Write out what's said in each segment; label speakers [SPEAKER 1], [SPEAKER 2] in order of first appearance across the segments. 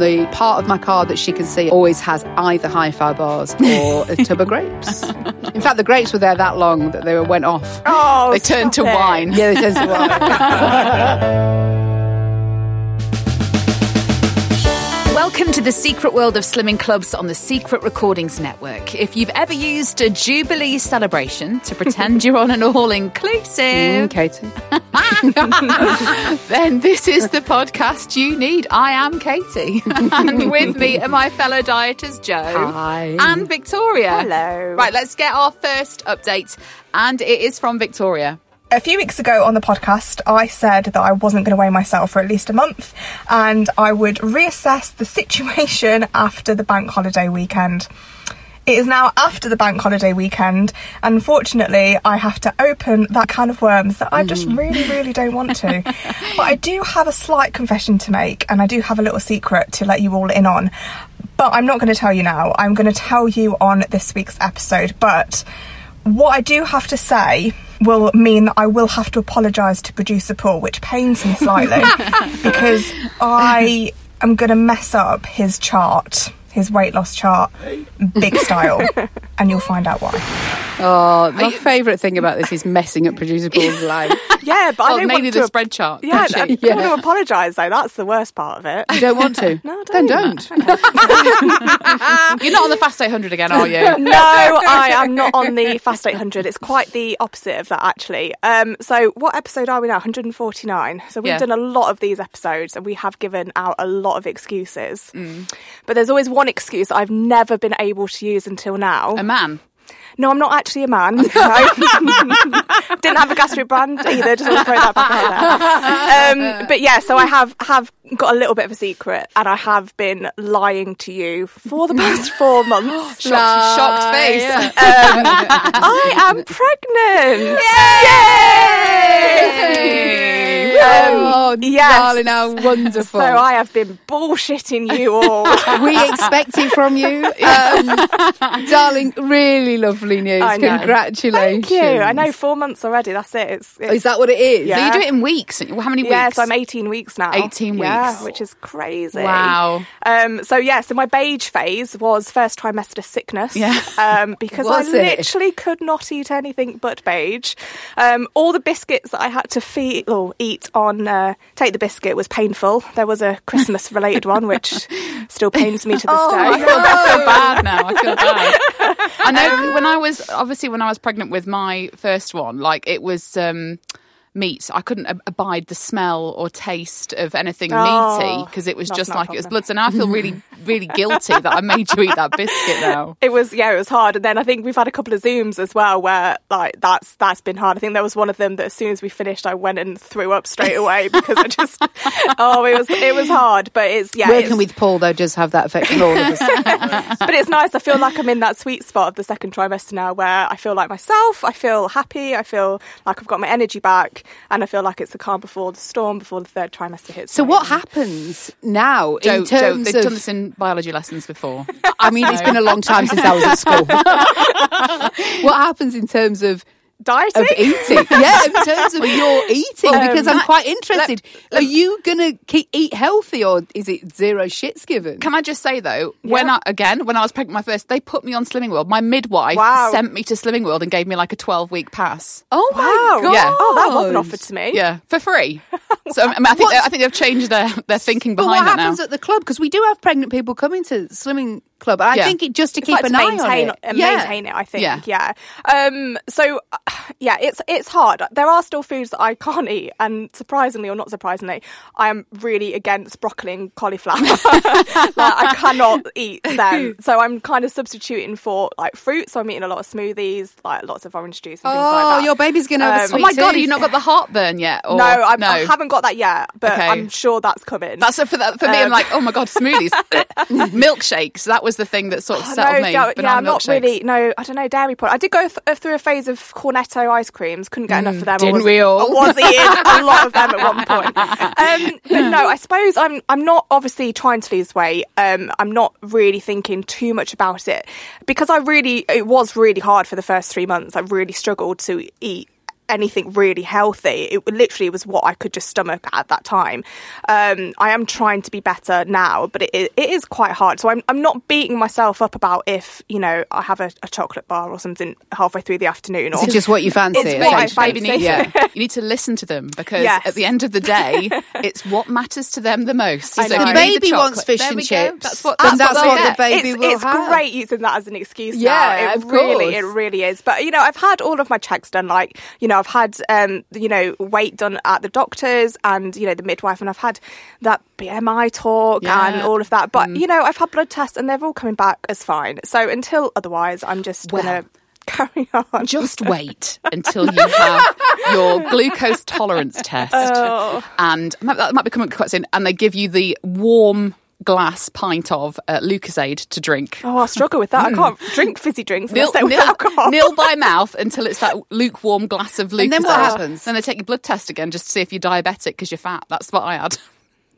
[SPEAKER 1] The part of my car that she can see always has either hi fi bars or a tub of grapes. In fact, the grapes were there that long that they were- went off.
[SPEAKER 2] Oh,
[SPEAKER 1] they turned to
[SPEAKER 2] stop it.
[SPEAKER 1] wine. Yeah, they turned to wine.
[SPEAKER 2] Welcome to the secret world of slimming clubs on the Secret Recordings Network. If you've ever used a Jubilee celebration to pretend you're on an all
[SPEAKER 1] Mm,
[SPEAKER 2] inclusive,
[SPEAKER 1] Katie.
[SPEAKER 2] then this is the podcast you need. I am Katie. and with me are my fellow dieters, Joe.
[SPEAKER 1] Hi.
[SPEAKER 2] And Victoria.
[SPEAKER 3] Hello.
[SPEAKER 2] Right, let's get our first update. And it is from Victoria.
[SPEAKER 3] A few weeks ago on the podcast, I said that I wasn't going to weigh myself for at least a month and I would reassess the situation after the bank holiday weekend. It is now after the bank holiday weekend. Unfortunately, I have to open that can of worms that I just really, really don't want to. but I do have a slight confession to make and I do have a little secret to let you all in on. But I'm not going to tell you now. I'm going to tell you on this week's episode. But what I do have to say will mean that I will have to apologise to producer Paul, which pains me slightly because I am going to mess up his chart, his weight loss chart, big style, and you'll find out why.
[SPEAKER 1] Oh, my favourite thing about this is messing up producer Paul's life.
[SPEAKER 3] Yeah, but
[SPEAKER 2] Oh, mainly the spread chart.
[SPEAKER 3] Yeah,
[SPEAKER 2] She-
[SPEAKER 3] I don't
[SPEAKER 1] Yeah.
[SPEAKER 3] want to apologise though. That's the worst part of it.
[SPEAKER 1] You don't want to?
[SPEAKER 3] No, I
[SPEAKER 1] Then
[SPEAKER 3] don't.
[SPEAKER 1] don't.
[SPEAKER 2] You're not on the Fast 800 again, are you?
[SPEAKER 3] no, I am not on the Fast 800. It's quite the opposite of that, actually. Um, so, what episode are we now? 149. So, we've
[SPEAKER 2] Yeah.
[SPEAKER 3] done a lot of these episodes and we have given out a lot of excuses.
[SPEAKER 2] Mm.
[SPEAKER 3] But there's always one excuse that I've never been able to use until now.
[SPEAKER 2] A man.
[SPEAKER 3] no, I'm not actually a man. No. Didn't have a gastric band either. Just want to throw that back out there. Um, but yeah, so I have have got a little bit of a secret, and I have been lying to you for the past four months. Um,
[SPEAKER 2] Shocked, shocked face.
[SPEAKER 3] I am pregnant.
[SPEAKER 2] Hey.
[SPEAKER 1] oh,
[SPEAKER 3] yes.
[SPEAKER 1] darling, how
[SPEAKER 3] So
[SPEAKER 1] wonderful.
[SPEAKER 3] I have been bullshitting you all.
[SPEAKER 1] we expect it from you. Um, darling, really lovely news.
[SPEAKER 3] I know.
[SPEAKER 1] Congratulations. Oh,
[SPEAKER 3] Thank you. I know four months already. That's it. It's, it's
[SPEAKER 1] Is that what it is?
[SPEAKER 2] So
[SPEAKER 3] Yeah.
[SPEAKER 2] you do it in weeks. don't you? How many weeks?
[SPEAKER 3] Yeah, so I'm 18 weeks now.
[SPEAKER 2] 18
[SPEAKER 3] Yeah,
[SPEAKER 2] weeks.
[SPEAKER 3] which is crazy.
[SPEAKER 2] Wow.
[SPEAKER 3] Um, so, yeah, so my beige phase was first trimester sickness.
[SPEAKER 2] Yeah.
[SPEAKER 3] Um, because I
[SPEAKER 1] Was it?
[SPEAKER 3] literally could not eat anything but beige. Um, all the biscuits that I had to feed or eat on uh, Take the Biscuit was painful. There was a Christmas related one, which still pains me to this
[SPEAKER 2] I
[SPEAKER 3] day.
[SPEAKER 2] feel, I feel bad now. I feel bad. I know when I was obviously when I was pregnant with my first one, like it was um, meat. I couldn't ab- abide the smell or taste of anything
[SPEAKER 3] Oh,
[SPEAKER 2] meaty because it was
[SPEAKER 3] that's
[SPEAKER 2] just
[SPEAKER 3] not a
[SPEAKER 2] like it was
[SPEAKER 3] problem.
[SPEAKER 2] blood. So now I feel really, really guilty that I made you eat that biscuit. Now
[SPEAKER 3] It was yeah, it was hard. And then I think we've had a couple of zooms as well where like that's that's been hard. I think there was one of them that as soon as we finished, I went and threw up straight away because I just oh it was it was hard. But it's yeah, it's,
[SPEAKER 1] Working with Paul, though, does have that effect on all of us.
[SPEAKER 3] but it's nice. I feel like I'm in that sweet spot of the second trimester now where I feel like myself. I feel happy. I feel like I've got my energy back, and I feel like it's the calm before the storm before the third trimester hits.
[SPEAKER 1] so, what happens now in
[SPEAKER 2] Joe, Joe,
[SPEAKER 1] terms
[SPEAKER 2] they've
[SPEAKER 1] of?
[SPEAKER 2] done this in biology lessons before.
[SPEAKER 1] I mean, it's been a long time since I was at school. what happens in terms of
[SPEAKER 3] dieting?
[SPEAKER 1] of eating. yeah, in terms of your eating,
[SPEAKER 3] Um,
[SPEAKER 1] because I'm quite interested. Are you gonna keep, eat healthy, or is it zero shits given?
[SPEAKER 2] Can I just say though, when I, again, when I was pregnant my first, they put me on Slimming World. My midwife
[SPEAKER 3] Wow.
[SPEAKER 2] sent me to Slimming World and gave me like a 12 week pass.
[SPEAKER 1] oh
[SPEAKER 3] Wow.
[SPEAKER 1] my god!
[SPEAKER 2] Yeah.
[SPEAKER 3] Oh, that wasn't offered to me.
[SPEAKER 2] Yeah, for free. So I, mean, I think they, I think they've changed their, their thinking
[SPEAKER 1] But what
[SPEAKER 2] behind that
[SPEAKER 1] happens
[SPEAKER 2] now.
[SPEAKER 1] at the club? Because we do have pregnant people coming to swimming club. and I
[SPEAKER 2] Yeah.
[SPEAKER 1] think it just to
[SPEAKER 3] It's
[SPEAKER 1] keep
[SPEAKER 3] like
[SPEAKER 1] an
[SPEAKER 3] to
[SPEAKER 1] eye
[SPEAKER 3] maintain
[SPEAKER 1] on it.
[SPEAKER 3] and
[SPEAKER 1] yeah.
[SPEAKER 3] maintain it. I think,
[SPEAKER 2] Yeah.
[SPEAKER 3] yeah. Um, so, uh, yeah, it's it's hard. There are still foods that I can't eat, and surprisingly or not surprisingly, I am really against broccoli and cauliflower. like, I cannot eat them, so I'm kind of substituting for like fruit. So I'm eating a lot of smoothies, like lots of orange juice. and things like
[SPEAKER 1] Oh,
[SPEAKER 3] that.
[SPEAKER 1] your baby's gonna have a
[SPEAKER 3] Um,
[SPEAKER 1] sweet
[SPEAKER 2] Oh my god,
[SPEAKER 1] tooth.
[SPEAKER 2] have you not got the heartburn yet? Or,
[SPEAKER 3] no, I'm, I haven't got that yet, but
[SPEAKER 2] Okay.
[SPEAKER 3] I'm sure that's coming.
[SPEAKER 2] That's it for that, for me.
[SPEAKER 3] Um,
[SPEAKER 2] I'm like, oh my god, smoothies, milkshakes. That was the thing that sort of
[SPEAKER 3] Oh,
[SPEAKER 2] settled me.
[SPEAKER 3] yeah, yeah,
[SPEAKER 2] banana
[SPEAKER 3] I'm not
[SPEAKER 2] milkshakes.
[SPEAKER 3] really. No, I don't know dairy product. I did go th- through a phase of Cornetto ice creams. Couldn't get enough of them. I
[SPEAKER 2] Mm. didn't
[SPEAKER 3] was-
[SPEAKER 2] we all?
[SPEAKER 3] I was eating a lot of them at one point. Um, but no, I suppose I'm. I'm not obviously trying to lose weight. Um, I'm not really thinking too much about it because I really. It was really hard for the first three months. I really struggled to eat. Anything really healthy. It literally was what I could just stomach at that time. Um, I am trying to be better now, but it, it is quite hard. So I'm, I'm not beating myself up about if, you know, I have a, a chocolate bar or something halfway through the afternoon. Or
[SPEAKER 1] It's just what you fancy.
[SPEAKER 3] It's
[SPEAKER 1] essentially.
[SPEAKER 3] what I
[SPEAKER 2] Baby, baby
[SPEAKER 3] fancy.
[SPEAKER 2] needs-
[SPEAKER 1] Yeah.
[SPEAKER 2] you need to listen to them because
[SPEAKER 3] Yes.
[SPEAKER 2] at the end of the day, it's what matters to them the most. So
[SPEAKER 3] I
[SPEAKER 2] if
[SPEAKER 3] know.
[SPEAKER 2] you
[SPEAKER 1] The
[SPEAKER 2] need
[SPEAKER 1] baby
[SPEAKER 2] chocolate-
[SPEAKER 1] wants fish
[SPEAKER 2] There
[SPEAKER 1] and
[SPEAKER 2] we go.
[SPEAKER 1] chips,
[SPEAKER 2] That's what,
[SPEAKER 1] and
[SPEAKER 2] that's
[SPEAKER 1] that's
[SPEAKER 2] what
[SPEAKER 1] what
[SPEAKER 2] they'll
[SPEAKER 1] the
[SPEAKER 2] get.
[SPEAKER 1] baby
[SPEAKER 3] it's,
[SPEAKER 1] will
[SPEAKER 3] it's
[SPEAKER 1] have.
[SPEAKER 3] great using that as an excuse
[SPEAKER 1] Yeah,
[SPEAKER 3] now. It
[SPEAKER 1] of
[SPEAKER 3] really, it
[SPEAKER 1] course.
[SPEAKER 3] really is. But you know, I've had all of my checks done. Like you know, I've had um, you know weight done at the doctors and you know the midwife, and I've had that BMI talk
[SPEAKER 2] Yeah.
[SPEAKER 3] and all of that. But
[SPEAKER 1] Mm.
[SPEAKER 3] you know, I've had blood tests, and they're all coming back as fine. So until otherwise, I'm just
[SPEAKER 2] Well,
[SPEAKER 3] gonna carry on.
[SPEAKER 2] Just wait until you have your glucose tolerance test,
[SPEAKER 1] Oh.
[SPEAKER 2] and that- that might be coming quite soon. And they give you the warm glass pint of uh, Lucasade to drink.
[SPEAKER 3] Oh, I struggle with
[SPEAKER 1] Mm.
[SPEAKER 3] that. I can't drink fizzy drinks unless
[SPEAKER 2] Nil,
[SPEAKER 3] they're with
[SPEAKER 2] nil,
[SPEAKER 3] alcohol.
[SPEAKER 2] nil by mouth until it's that lukewarm glass of Lucasade.
[SPEAKER 1] And then what happens?
[SPEAKER 2] Then they take your blood test again just to see if you're diabetic because you're fat. That's what I had.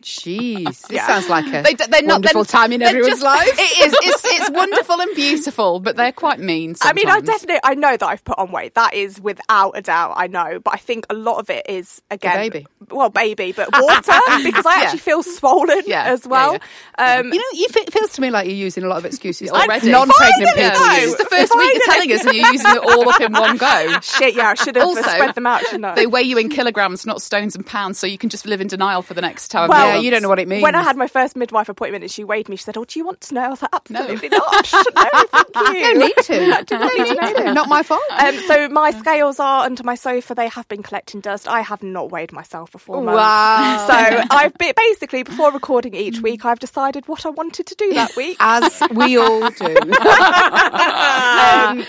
[SPEAKER 1] Jeez, this sounds like a
[SPEAKER 2] They, they're not
[SPEAKER 1] wonderful
[SPEAKER 2] they're,
[SPEAKER 1] time in
[SPEAKER 2] they're
[SPEAKER 1] everyone's
[SPEAKER 2] just-
[SPEAKER 1] life.
[SPEAKER 2] It is. It's, it's wonderful and beautiful, but they're quite mean.
[SPEAKER 3] I
[SPEAKER 2] Sometimes.
[SPEAKER 3] mean, I definitely I know that I've put on weight. That is without a doubt. I know, but I think a lot of it is again,
[SPEAKER 2] baby.
[SPEAKER 3] well, baby, but water because I
[SPEAKER 2] Yeah.
[SPEAKER 3] actually feel swollen
[SPEAKER 2] Yeah,
[SPEAKER 3] as
[SPEAKER 2] yeah,
[SPEAKER 3] well. Um,
[SPEAKER 1] You know, you, it feels to me like you're using a lot of excuses
[SPEAKER 2] I'm
[SPEAKER 1] already.
[SPEAKER 3] Non-pregnant
[SPEAKER 2] Yeah,
[SPEAKER 3] people
[SPEAKER 2] This
[SPEAKER 3] use.
[SPEAKER 2] is the first week you're telling us, and you're using it all up in one go.
[SPEAKER 3] Shit, yeah, I should have
[SPEAKER 2] Also,
[SPEAKER 3] spread them out, shouldn't I?
[SPEAKER 2] They weigh you in kilograms, not stones and pounds, so you can just live in denial for the next however
[SPEAKER 3] Well,
[SPEAKER 2] long.
[SPEAKER 1] yeah, you don't know what it means.
[SPEAKER 3] When I had my first midwife appointment and she weighed me, she said, "Oh, do you want to know?" I was like, "Absolutely not. no, thank you.
[SPEAKER 1] don't need to.
[SPEAKER 3] I do not need to know this.
[SPEAKER 1] Not my fault.
[SPEAKER 3] Um, so my scales are under my sofa. They have been collecting dust. I have not weighed myself for four months.
[SPEAKER 1] Wow. Mm.
[SPEAKER 3] So I've be- basically before recording each week, I've decided what I wanted to do that week.
[SPEAKER 1] As we all do.
[SPEAKER 3] um,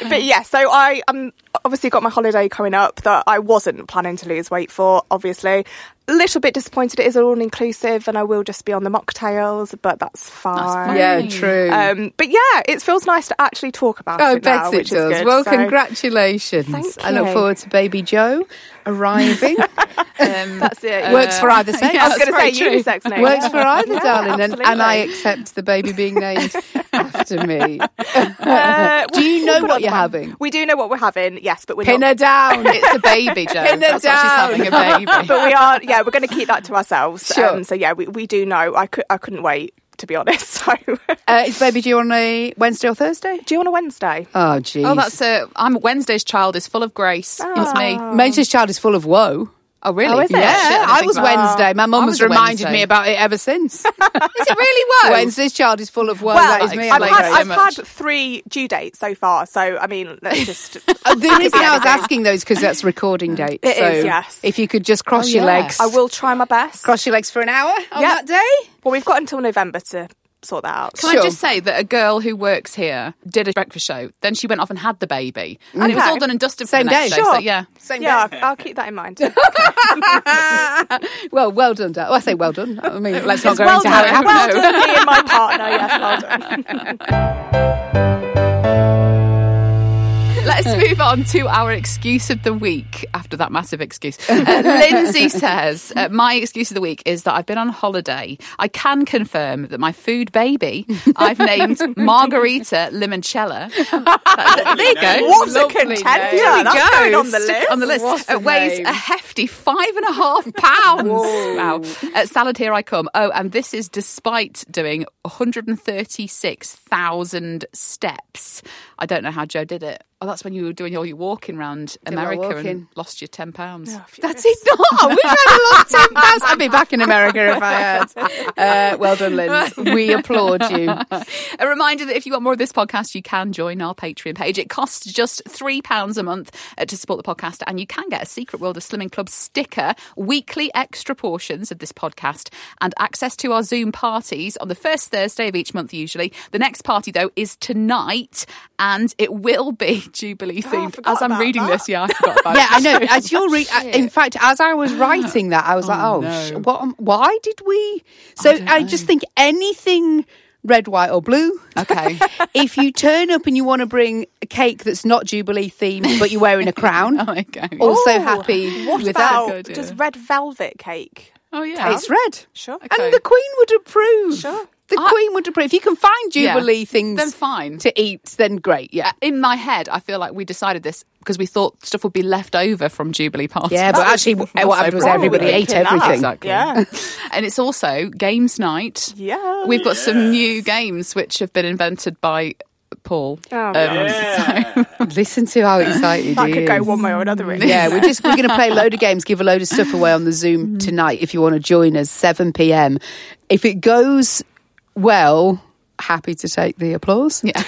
[SPEAKER 3] but yeah, so I um, obviously got my holiday coming up that I wasn't planning to lose weight for. Obviously, a little bit disappointed it is all inclusive, and I will just be on the mocktails, but that's fine.
[SPEAKER 1] yeah, true.
[SPEAKER 3] Um, but yeah, it feels nice to actually talk about
[SPEAKER 1] Oh,
[SPEAKER 3] it now,
[SPEAKER 1] bet it
[SPEAKER 3] which is
[SPEAKER 1] does.
[SPEAKER 3] good.
[SPEAKER 1] well,
[SPEAKER 3] So-
[SPEAKER 1] congratulations.
[SPEAKER 3] Thank
[SPEAKER 1] I look
[SPEAKER 3] you.
[SPEAKER 1] forward to baby Joe arriving. Um,
[SPEAKER 3] That's it.
[SPEAKER 1] Works for either sex.
[SPEAKER 3] I was going to
[SPEAKER 2] very
[SPEAKER 3] say
[SPEAKER 2] true.
[SPEAKER 3] unisex name.
[SPEAKER 1] Works
[SPEAKER 3] Yeah.
[SPEAKER 1] for either,
[SPEAKER 3] Yeah,
[SPEAKER 1] darling. And, and I
[SPEAKER 3] absolutely.
[SPEAKER 1] accept the baby being named after me.
[SPEAKER 3] Uh,
[SPEAKER 1] Do you
[SPEAKER 3] we'll
[SPEAKER 1] know
[SPEAKER 3] put
[SPEAKER 1] what
[SPEAKER 3] on the
[SPEAKER 1] you're
[SPEAKER 3] bun.
[SPEAKER 1] having?
[SPEAKER 3] We do know what we're having, yes, but we're
[SPEAKER 1] Pin her
[SPEAKER 3] not.
[SPEAKER 1] down.
[SPEAKER 2] It's a baby, Joe.
[SPEAKER 1] Pin her
[SPEAKER 2] That's what she's having a baby.
[SPEAKER 3] But we are, yeah, we're going to keep that to ourselves. Um,
[SPEAKER 1] Sure.
[SPEAKER 3] so yeah, we, we do know. I, could, I couldn't wait, to be honest. So, do
[SPEAKER 1] Uh, is baby due on a Wednesday or Thursday?
[SPEAKER 3] you want a Wednesday?
[SPEAKER 1] Oh, geez.
[SPEAKER 2] Oh, that's a. I'm Wednesday's child is full of grace. It's me.
[SPEAKER 1] Macy's Oh. child is full of woe.
[SPEAKER 2] Oh, really?
[SPEAKER 3] Oh, is it?
[SPEAKER 1] Yeah,
[SPEAKER 3] Shit,
[SPEAKER 2] I
[SPEAKER 1] I
[SPEAKER 2] think
[SPEAKER 1] was
[SPEAKER 2] about-
[SPEAKER 1] Wednesday. My mum
[SPEAKER 2] I
[SPEAKER 1] has
[SPEAKER 2] was a
[SPEAKER 1] reminded
[SPEAKER 2] Wednesday.
[SPEAKER 1] me about it ever since.
[SPEAKER 2] Is it really woe?
[SPEAKER 1] Wednesday's child is full of woe.
[SPEAKER 3] Well,
[SPEAKER 1] that is me.
[SPEAKER 3] I've,
[SPEAKER 1] I'm like,
[SPEAKER 3] had, I've
[SPEAKER 2] so much.
[SPEAKER 3] had three due dates so far, so I mean, let's just.
[SPEAKER 1] Uh, The reason I was asking those because that's recording date.
[SPEAKER 3] It
[SPEAKER 1] so
[SPEAKER 3] is, yes.
[SPEAKER 1] If you could just cross
[SPEAKER 2] Oh,
[SPEAKER 1] your
[SPEAKER 2] yeah.
[SPEAKER 1] legs,
[SPEAKER 3] I will try my best.
[SPEAKER 1] cross your legs for an hour on
[SPEAKER 3] Yeah.
[SPEAKER 1] that day.
[SPEAKER 3] Well, we've got until November to sort that out.
[SPEAKER 2] Can
[SPEAKER 1] Sure.
[SPEAKER 2] I just say that a girl who works here did a breakfast show, then she went off and had the baby, and it was
[SPEAKER 3] Okay.
[SPEAKER 2] all done and dusted for
[SPEAKER 1] Same
[SPEAKER 2] the next
[SPEAKER 1] day.
[SPEAKER 2] day. So,
[SPEAKER 1] Sure.
[SPEAKER 2] yeah.
[SPEAKER 1] Same
[SPEAKER 3] yeah,
[SPEAKER 1] day.
[SPEAKER 3] I'll, I'll keep that in mind.
[SPEAKER 1] Well, well done. Dad. Well, I say well done. I mean, let's not
[SPEAKER 2] It's
[SPEAKER 1] go
[SPEAKER 2] well
[SPEAKER 1] into how it
[SPEAKER 2] done.
[SPEAKER 1] happened.
[SPEAKER 3] well done, me and my partner. Yes, well done.
[SPEAKER 2] Let Let's move on to our excuse of the week after that massive excuse. Uh, Lindsay says, uh, My excuse of the week is that I've been on holiday. I can confirm that my food baby, I've named Margarita Limoncello. there you go.
[SPEAKER 3] What a
[SPEAKER 2] Lovely
[SPEAKER 3] contender.
[SPEAKER 2] name.
[SPEAKER 3] That's going on the list.
[SPEAKER 2] On the list.
[SPEAKER 1] What a
[SPEAKER 2] It weighs
[SPEAKER 1] name.
[SPEAKER 2] a hefty five and a half pounds. wow. Uh, salad, here I come. Oh, and this is despite doing 136,000 steps. I don't know how Joe did it. Oh, that's when you were doing all your walking around
[SPEAKER 1] my
[SPEAKER 2] America and
[SPEAKER 1] walking.
[SPEAKER 2] lost your £10.
[SPEAKER 1] That's it. Not. We've had a lot of pounds. I'd be back in America if I had. Uh, well done, Linz. We applaud you.
[SPEAKER 2] a reminder that if you want more of this podcast, you can join our Patreon page. It costs just £3 a month uh, to support the podcast, and you can get a Secret World of Slimming Club sticker, weekly extra portions of this podcast, and access to our Zoom parties on the first Thursday of each month, usually. The next party, though, is tonight, and it will be Jubilee themed.
[SPEAKER 3] forgot
[SPEAKER 2] As I'm
[SPEAKER 3] about
[SPEAKER 2] reading
[SPEAKER 3] that.
[SPEAKER 2] this, yeah, I forgot about
[SPEAKER 1] Yeah,
[SPEAKER 2] it.
[SPEAKER 1] I know. As you're re- I- in fact, as I was writing that, I was like, "Oh, sh- what? am- Why did we?" So I, just think anything red, white, or blue.
[SPEAKER 2] Okay.
[SPEAKER 1] if you turn up and you want to bring a cake that's not Jubilee themed, but you're wearing a crown,
[SPEAKER 2] Oh, okay.
[SPEAKER 1] also
[SPEAKER 3] Ooh,
[SPEAKER 1] happy
[SPEAKER 3] What
[SPEAKER 1] with
[SPEAKER 3] about
[SPEAKER 1] that.
[SPEAKER 2] idea.
[SPEAKER 3] just red velvet cake?
[SPEAKER 2] Oh, yeah.
[SPEAKER 1] It's red.
[SPEAKER 3] Sure.
[SPEAKER 2] Okay.
[SPEAKER 1] And the Queen would approve.
[SPEAKER 3] Sure.
[SPEAKER 1] The Queen would approve. If you can find
[SPEAKER 2] Yeah.
[SPEAKER 1] Jubilee things
[SPEAKER 2] Then fine.
[SPEAKER 1] to eat, then great. Yeah.
[SPEAKER 2] Uh, in my head, I feel like we decided this because we thought stuff would be left over from Jubilee Party.
[SPEAKER 1] Yeah, but actually, what happened was
[SPEAKER 2] wrong
[SPEAKER 1] everybody
[SPEAKER 2] with
[SPEAKER 1] ate
[SPEAKER 2] it.
[SPEAKER 1] everything.
[SPEAKER 2] Exactly.
[SPEAKER 3] Yeah.
[SPEAKER 2] and it's also games night.
[SPEAKER 3] Yeah.
[SPEAKER 2] We've got some new games which have been invented by Paul. Um,
[SPEAKER 3] Oh,
[SPEAKER 1] Listen to how excited
[SPEAKER 3] That
[SPEAKER 1] he
[SPEAKER 3] could go
[SPEAKER 1] is.
[SPEAKER 3] one way or another, really.
[SPEAKER 1] Yeah, we're just we're going to play a load of games, give a load of stuff away on the Zoom
[SPEAKER 2] Mm.
[SPEAKER 1] tonight. If you want to join us, seven pm. If it goes well, happy to take the applause. Yeah.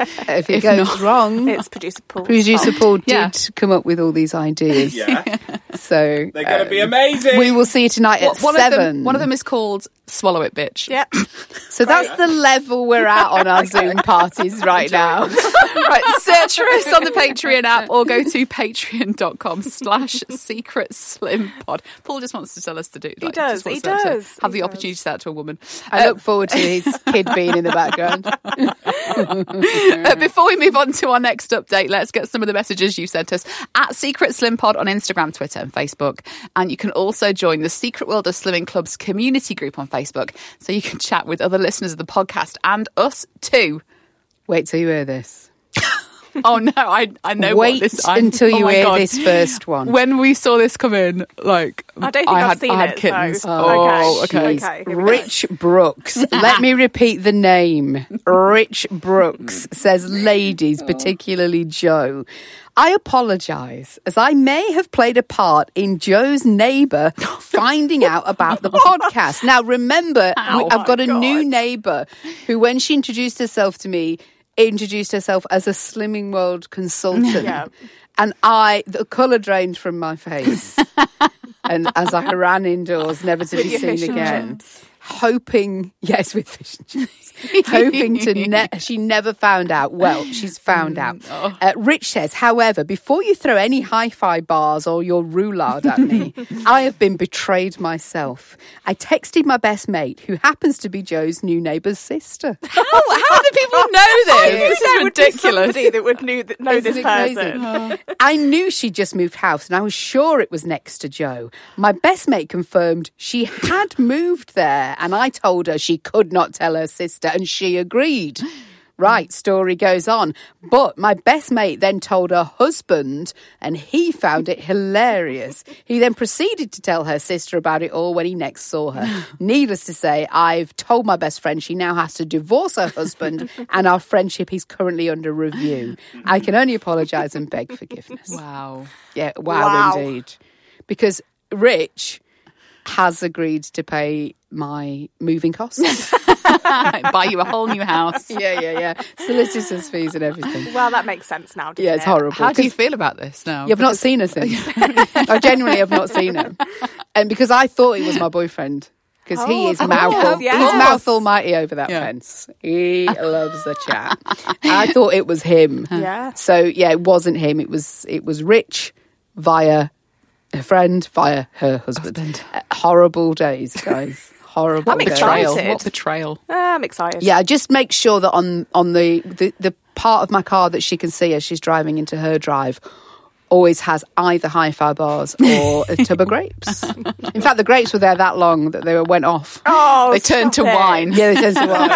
[SPEAKER 1] if it
[SPEAKER 2] If
[SPEAKER 1] goes
[SPEAKER 2] not-
[SPEAKER 1] wrong,
[SPEAKER 3] It's producer Paul.
[SPEAKER 1] producer Paul did
[SPEAKER 2] Yeah.
[SPEAKER 1] come up with all these ideas.
[SPEAKER 4] Yeah,
[SPEAKER 1] So
[SPEAKER 4] they're going to be
[SPEAKER 1] um,
[SPEAKER 4] amazing.
[SPEAKER 1] We will see you tonight at
[SPEAKER 2] one,
[SPEAKER 1] seven.
[SPEAKER 2] Of them, one of them is called Swallow It Bitch.
[SPEAKER 3] Yep.
[SPEAKER 1] So that's the level we're at on our Zoom parties right now.
[SPEAKER 2] right, search for us on the Patreon app or go to patreon.com slash secret slim pod. Paul just wants to tell us to do like,
[SPEAKER 3] does,
[SPEAKER 2] just wants
[SPEAKER 3] he
[SPEAKER 2] to- to
[SPEAKER 3] does,
[SPEAKER 2] Have
[SPEAKER 3] he
[SPEAKER 2] the
[SPEAKER 3] does.
[SPEAKER 2] opportunity to say that to a woman. Um,
[SPEAKER 1] I look forward to his kid being in the background.
[SPEAKER 2] Uh, before we move on to our next update, let's get some of the messages you sent us at Secret Slim Pod on Instagram, Twitter, and Facebook. And you can also join the Secret World of Slimming Club's community group on Facebook so you can chat with other listeners of the podcast and us too.
[SPEAKER 1] Wait till you hear this.
[SPEAKER 2] Oh no, I, I know what
[SPEAKER 1] Wait
[SPEAKER 2] this- I-
[SPEAKER 1] until
[SPEAKER 2] oh
[SPEAKER 1] you
[SPEAKER 2] my
[SPEAKER 1] hear
[SPEAKER 2] God.
[SPEAKER 1] this first one.
[SPEAKER 2] When we saw this come in, like
[SPEAKER 3] I don't think
[SPEAKER 2] I
[SPEAKER 3] I've
[SPEAKER 2] had,
[SPEAKER 3] seen
[SPEAKER 2] I had
[SPEAKER 3] it, so-
[SPEAKER 2] kittens.
[SPEAKER 3] Oh,
[SPEAKER 2] Oh,
[SPEAKER 3] okay.
[SPEAKER 2] okay.
[SPEAKER 3] Jeez. Okay, here we go.
[SPEAKER 1] Rich Brooks. Let me repeat the name. Rich Brooks says, ladies, particularly Joe, I apologise as I may have played a part in Joe's neighbour finding out about the podcast. Now, remember, we,
[SPEAKER 3] Oh
[SPEAKER 1] I've got a new neighbour who, when she introduced herself to me, introduced herself as a Slimming World consultant. And I, the colour drained from my face and as I ran indoors, never to be
[SPEAKER 3] your
[SPEAKER 1] seen
[SPEAKER 3] fish and
[SPEAKER 1] again. Hoping, yes, with fish and chips. hoping to, ne- she never found out. Well, she's
[SPEAKER 2] Mm.
[SPEAKER 1] found out.
[SPEAKER 2] Oh.
[SPEAKER 1] Uh, Rich says, however, before you throw any hi fi bars or your roulade at me, I have been betrayed myself. I texted my best mate, who happens to be Joe's new neighbour's sister.
[SPEAKER 2] How, how do people know this? this
[SPEAKER 3] There
[SPEAKER 2] is
[SPEAKER 3] would be
[SPEAKER 2] ridiculous.
[SPEAKER 3] Somebody that would knew, that know
[SPEAKER 1] Isn't
[SPEAKER 3] this
[SPEAKER 1] it crazy?
[SPEAKER 3] person.
[SPEAKER 1] I knew she just moved house and I was sure it was next to Joe. My best mate confirmed she had moved there and I told her she could not tell her sister and she agreed. Right, story goes on. But my best mate then told her husband and he found it hilarious. He then proceeded to tell her sister about it all when he next saw her. Needless to say, I've told my best friend she now has to divorce her husband and our friendship is currently under review. I can only apologise and beg forgiveness.
[SPEAKER 2] Wow.
[SPEAKER 1] Yeah, wow,
[SPEAKER 3] Wow.
[SPEAKER 1] indeed. Because Rich has agreed to pay my moving costs.
[SPEAKER 2] Buy you a whole new house.
[SPEAKER 1] yeah, yeah, yeah. Solicitors' fees and everything.
[SPEAKER 3] Well, that makes sense now, doesn't
[SPEAKER 1] Yeah, it's
[SPEAKER 3] it?
[SPEAKER 1] horrible.
[SPEAKER 2] How do you
[SPEAKER 1] 'Cause
[SPEAKER 2] feel about this now?
[SPEAKER 1] You've not seen her since. I genuinely have not seen her. And because I thought he was my boyfriend. Because he
[SPEAKER 3] Oh,
[SPEAKER 1] is
[SPEAKER 3] of
[SPEAKER 1] mouthful.
[SPEAKER 3] course,
[SPEAKER 1] He's
[SPEAKER 3] yes.
[SPEAKER 1] mouth almighty over that
[SPEAKER 2] Yeah.
[SPEAKER 1] fence. He loves the chat. I thought it was him.
[SPEAKER 3] Yeah.
[SPEAKER 1] So yeah, it wasn't him. It was it was Rich via her friend, via her husband. Uh, horrible days, guys. horrible
[SPEAKER 3] I'm
[SPEAKER 1] days.
[SPEAKER 3] excited.
[SPEAKER 2] What betrayal.
[SPEAKER 3] Uh, I'm excited.
[SPEAKER 1] Yeah, just make sure that on on the the, the
[SPEAKER 5] part of my car that she can see as she's driving into her drive always has either hi fi bars or a tub of grapes. In fact, the grapes were there that long that they were, went off.
[SPEAKER 3] Oh,
[SPEAKER 2] They turned to
[SPEAKER 3] stop it.
[SPEAKER 2] wine.
[SPEAKER 5] Yeah, they tend to work.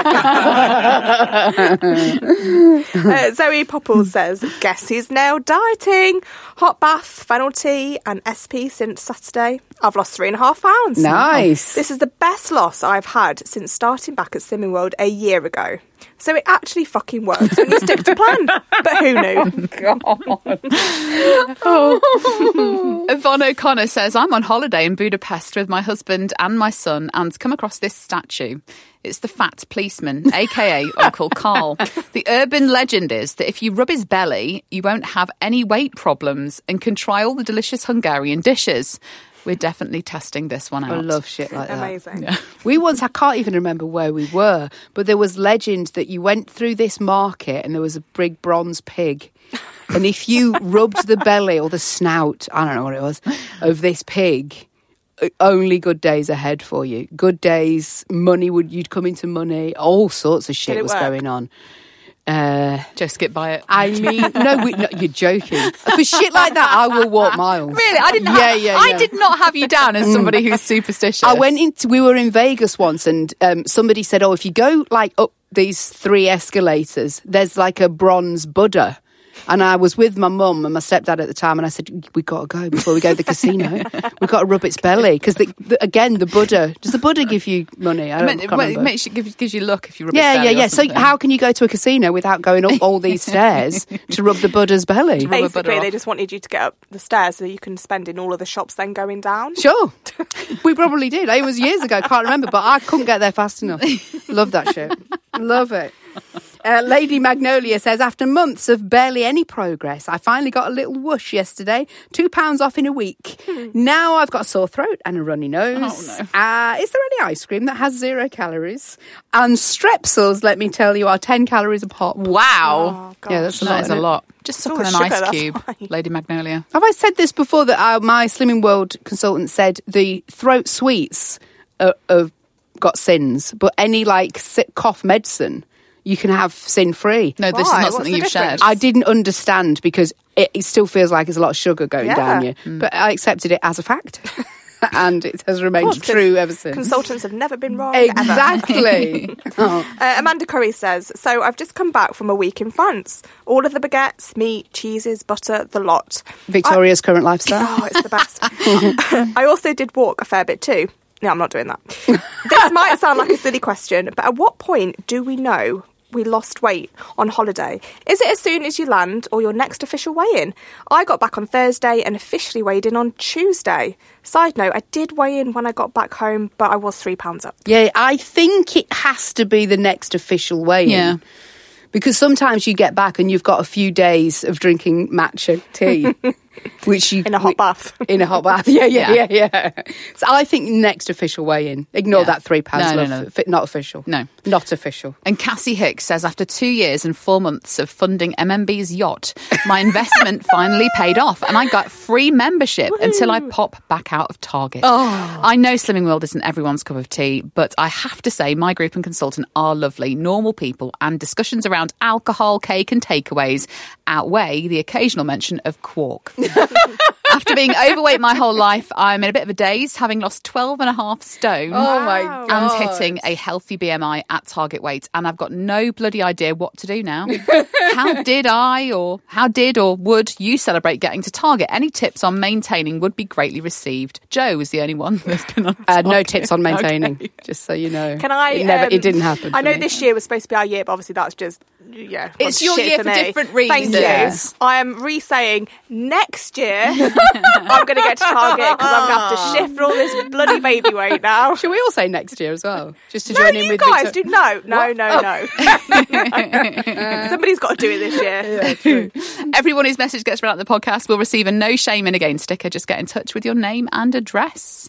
[SPEAKER 3] Uh, Zoe Popple says, guess who's now dieting? Hot bath, fennel tea, and SP since Saturday. I've lost three and a half pounds.
[SPEAKER 1] Nice.
[SPEAKER 3] This is the best loss I've had since starting back at Slimming World a year ago. So it actually fucking works when you stick to plan. But who knew?
[SPEAKER 2] Yvonne O'Connor says, I'm on holiday in Budapest with my husband and my son and come across this statue. It's the fat policeman, aka Uncle Carl. The urban legend is that if you rub his belly, you won't have any weight problems and can try all the delicious Hungarian dishes. We're definitely testing this one out.
[SPEAKER 1] I love shit like that.
[SPEAKER 3] Amazing.
[SPEAKER 1] We once, I can't even remember where we were, but there was legend that you went through this market and there was a big bronze pig. And if you rubbed the belly or the snout, I don't know what it was, of this pig, o- only good days ahead for you. Good days, money would, you'd come into money, all sorts of shit
[SPEAKER 3] it
[SPEAKER 1] was
[SPEAKER 3] work?
[SPEAKER 1] going on.
[SPEAKER 2] Just get by it.
[SPEAKER 1] I mean, no, we, no, you're joking. For shit like that, I will walk miles.
[SPEAKER 2] Really, I didn't.
[SPEAKER 1] Yeah,
[SPEAKER 2] have,
[SPEAKER 1] yeah,
[SPEAKER 2] I
[SPEAKER 1] yeah.
[SPEAKER 2] did not have you down as somebody who's superstitious.
[SPEAKER 1] I went into. We were in Vegas once, and um, somebody said, "Oh, if you go like up these three escalators, there's like a bronze Buddha." And I was with my mum and my stepdad at the time, and I said, "We got to go before we go to the casino. We got to rub its belly because again, the Buddha does the Buddha give you money? I
[SPEAKER 2] I
[SPEAKER 1] don't
[SPEAKER 2] mean,
[SPEAKER 1] can't
[SPEAKER 2] well, it
[SPEAKER 1] remember.
[SPEAKER 2] makes you, gives, gives you luck if you rub his
[SPEAKER 1] Yeah,
[SPEAKER 2] belly
[SPEAKER 1] yeah,
[SPEAKER 2] or
[SPEAKER 1] yeah. So
[SPEAKER 2] something.
[SPEAKER 1] how can you go to a casino without going up all these stairs to rub the Buddha's belly?
[SPEAKER 2] Rub a butter
[SPEAKER 3] Basically,
[SPEAKER 2] off.
[SPEAKER 3] they just wanted you to get up the stairs so you can spend in all of the shops then going down.
[SPEAKER 1] Sure, we probably did. It was years ago. I can't remember, but I couldn't get there fast enough. Love that shit. Love it. Uh, Lady Magnolia says, after months of barely any progress, I finally got a little whoosh yesterday. Two pounds off in a week. now I've got a sore throat and a runny nose.
[SPEAKER 2] Oh,
[SPEAKER 1] uh, is there any ice cream that has zero calories? And strepsils, let me tell you, are 10 calories a pop.
[SPEAKER 2] Wow.
[SPEAKER 1] yeah, that's a lot.
[SPEAKER 2] That is a
[SPEAKER 1] isn't it?
[SPEAKER 2] lot. Just suck
[SPEAKER 3] all
[SPEAKER 2] on an
[SPEAKER 3] sugar,
[SPEAKER 2] ice
[SPEAKER 3] that's
[SPEAKER 2] cube,
[SPEAKER 3] why.
[SPEAKER 2] Lady Magnolia.
[SPEAKER 1] Have I said this before that uh, my Slimming World consultant said the throat sweets are, are got sins, but any like si- cough medicine you can have sin free.
[SPEAKER 2] No, this is
[SPEAKER 3] Why?
[SPEAKER 2] not
[SPEAKER 3] What's
[SPEAKER 2] something
[SPEAKER 3] the
[SPEAKER 2] you've shared.
[SPEAKER 3] difference?
[SPEAKER 1] I didn't understand because it, it still feels like there's a lot of sugar going
[SPEAKER 3] Yeah.
[SPEAKER 1] down you,
[SPEAKER 2] Hmm.
[SPEAKER 1] but I accepted it as a fact, and it has
[SPEAKER 3] Of
[SPEAKER 1] remained
[SPEAKER 3] course, 'cause
[SPEAKER 1] true ever since.
[SPEAKER 3] Consultants have never been wrong. ever.
[SPEAKER 1] Exactly. oh.
[SPEAKER 3] Uh, Amanda Curry says, So I've just come back from a week in France. All of the baguettes, meat, cheeses, butter, the lot.
[SPEAKER 1] Victoria's current lifestyle.
[SPEAKER 3] Oh, it's the best. I also did walk a fair bit too. No, I'm not doing that. This might sound like a silly question, but at what point do we know we lost weight on holiday? Is it as soon as you land or your next official weigh in? I got back on Thursday and officially weighed in on Tuesday. Side note, I did weigh in when I got back home, but I was three pounds up.
[SPEAKER 1] Yeah, I think it has to be the next official weigh-in.
[SPEAKER 2] Yeah.
[SPEAKER 1] Because sometimes you get back and you've got a few days of drinking matcha tea, which you
[SPEAKER 3] In a hot bath.
[SPEAKER 1] In a hot bath, yeah, yeah,
[SPEAKER 2] Yeah.
[SPEAKER 1] yeah, yeah. So I think next official weigh-in. Ignore
[SPEAKER 2] Yeah.
[SPEAKER 1] that three pounds.
[SPEAKER 2] No,
[SPEAKER 1] love.
[SPEAKER 2] no, no.
[SPEAKER 1] Fi- Not official.
[SPEAKER 2] No.
[SPEAKER 1] not official.
[SPEAKER 2] And Cassie Hicks says, after two years and four months of funding MMB's yacht, my investment finally paid off and I got free membership until I pop back out of Target. I know Slimming World isn't everyone's cup of tea, but I have to say my group and consultant are lovely, normal people, and discussions around alcohol, cake, and takeaways outweigh the occasional mention of quark. after being overweight my whole life, I'm in a bit of a daze, having lost 12 and a half stone.
[SPEAKER 1] Oh my Wow.
[SPEAKER 2] And hitting a healthy BMI at target weight. And I've got no bloody idea what to do now. how did I or how did or would you celebrate getting to target? Any tips on maintaining would be greatly received. Joe is the only one that's been on
[SPEAKER 1] Uh, no
[SPEAKER 2] Target.
[SPEAKER 1] tips on maintaining.
[SPEAKER 2] Okay.
[SPEAKER 1] Just so you know.
[SPEAKER 3] Can I?
[SPEAKER 1] It, never,
[SPEAKER 3] um,
[SPEAKER 1] it didn't happen.
[SPEAKER 3] I
[SPEAKER 1] for
[SPEAKER 3] know
[SPEAKER 1] me.
[SPEAKER 3] this year was supposed to be our year, but obviously that's just yeah.
[SPEAKER 2] It's
[SPEAKER 3] that's
[SPEAKER 2] your
[SPEAKER 3] shit
[SPEAKER 2] year for
[SPEAKER 3] me.
[SPEAKER 2] different
[SPEAKER 3] Thank you.
[SPEAKER 2] reasons.
[SPEAKER 3] I am re-saying next year I'm going to get to Target because I'm going to
[SPEAKER 2] Ah.
[SPEAKER 3] have to shift all this bloody baby weight now.
[SPEAKER 1] Should we all say next year as well? Just to
[SPEAKER 3] No,
[SPEAKER 1] join in
[SPEAKER 3] you
[SPEAKER 1] with
[SPEAKER 3] guys
[SPEAKER 1] Victor-
[SPEAKER 3] do no, no, no,
[SPEAKER 1] Oh.
[SPEAKER 3] no. Somebody's got to do it this year.
[SPEAKER 2] Everyone whose message gets read out in the podcast will receive a no shame in again sticker. Just get in touch with your name and address.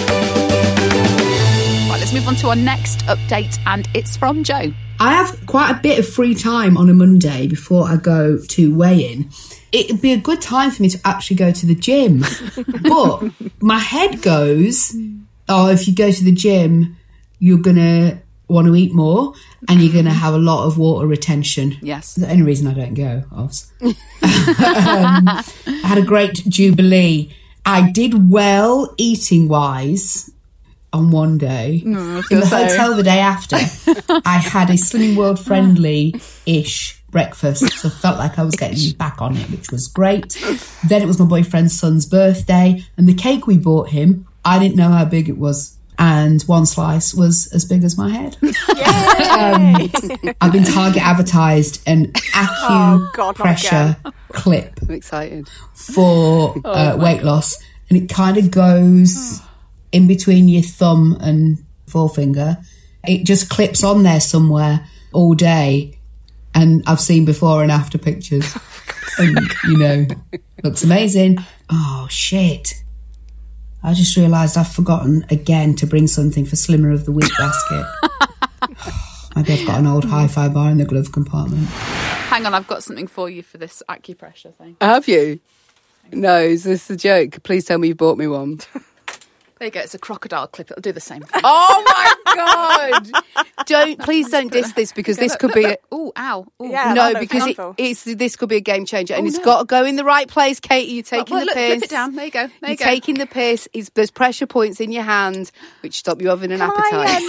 [SPEAKER 2] Right, let's move on to our next update, and it's from Joe.
[SPEAKER 6] I have quite a bit of free time on a Monday before I go to weigh in. It'd be a good time for me to actually go to the gym. but my head goes, oh, if you go to the gym, you're going to want to eat more and you're going to have a lot of water retention.
[SPEAKER 2] Yes.
[SPEAKER 6] The only reason I don't go, obviously. Um, I had a great jubilee. I did well eating wise on one day. in the hotel the day after, I had a Slimming World friendly ish breakfast. So I felt like I was getting back on it, which was great. Then it was my boyfriend's son's birthday, and the cake we bought him, I didn't know how big it was. And one slice was as big as my head. Um, I've been target advertised an
[SPEAKER 3] Oh, God, not
[SPEAKER 6] acupressure clip
[SPEAKER 1] I'm excited. Oh,
[SPEAKER 6] for uh, weight loss, and it kind of goes in between your thumb and forefinger. It just clips on there somewhere all day, and I've seen before and after pictures, and you know, looks amazing. Oh shit! I just realised I've forgotten again to bring something for Slimmer of the Week basket. Maybe I've got an old hi-fi bar in the glove compartment.
[SPEAKER 2] Hang on, I've got something for you for this acupressure thing.
[SPEAKER 1] Have you? No, is this a joke? Please tell me you bought me one.
[SPEAKER 2] There you go. It's a crocodile clip. It'll do the same thing.
[SPEAKER 1] Oh my god! Don't please don't diss this because this could be a,
[SPEAKER 2] Oh, ow. Ooh.
[SPEAKER 3] Yeah, that
[SPEAKER 1] no
[SPEAKER 3] looks
[SPEAKER 1] because it,
[SPEAKER 3] painful.
[SPEAKER 1] it's this could be a game changer and it's got to go in the right place. Katie, you're taking
[SPEAKER 2] Oh, well,
[SPEAKER 1] the
[SPEAKER 2] look,
[SPEAKER 1] piss.
[SPEAKER 2] flip it down. There you go. There
[SPEAKER 1] you're
[SPEAKER 2] you go.
[SPEAKER 1] taking the piss. It's, there's pressure points in your hand which stop you having an appetite.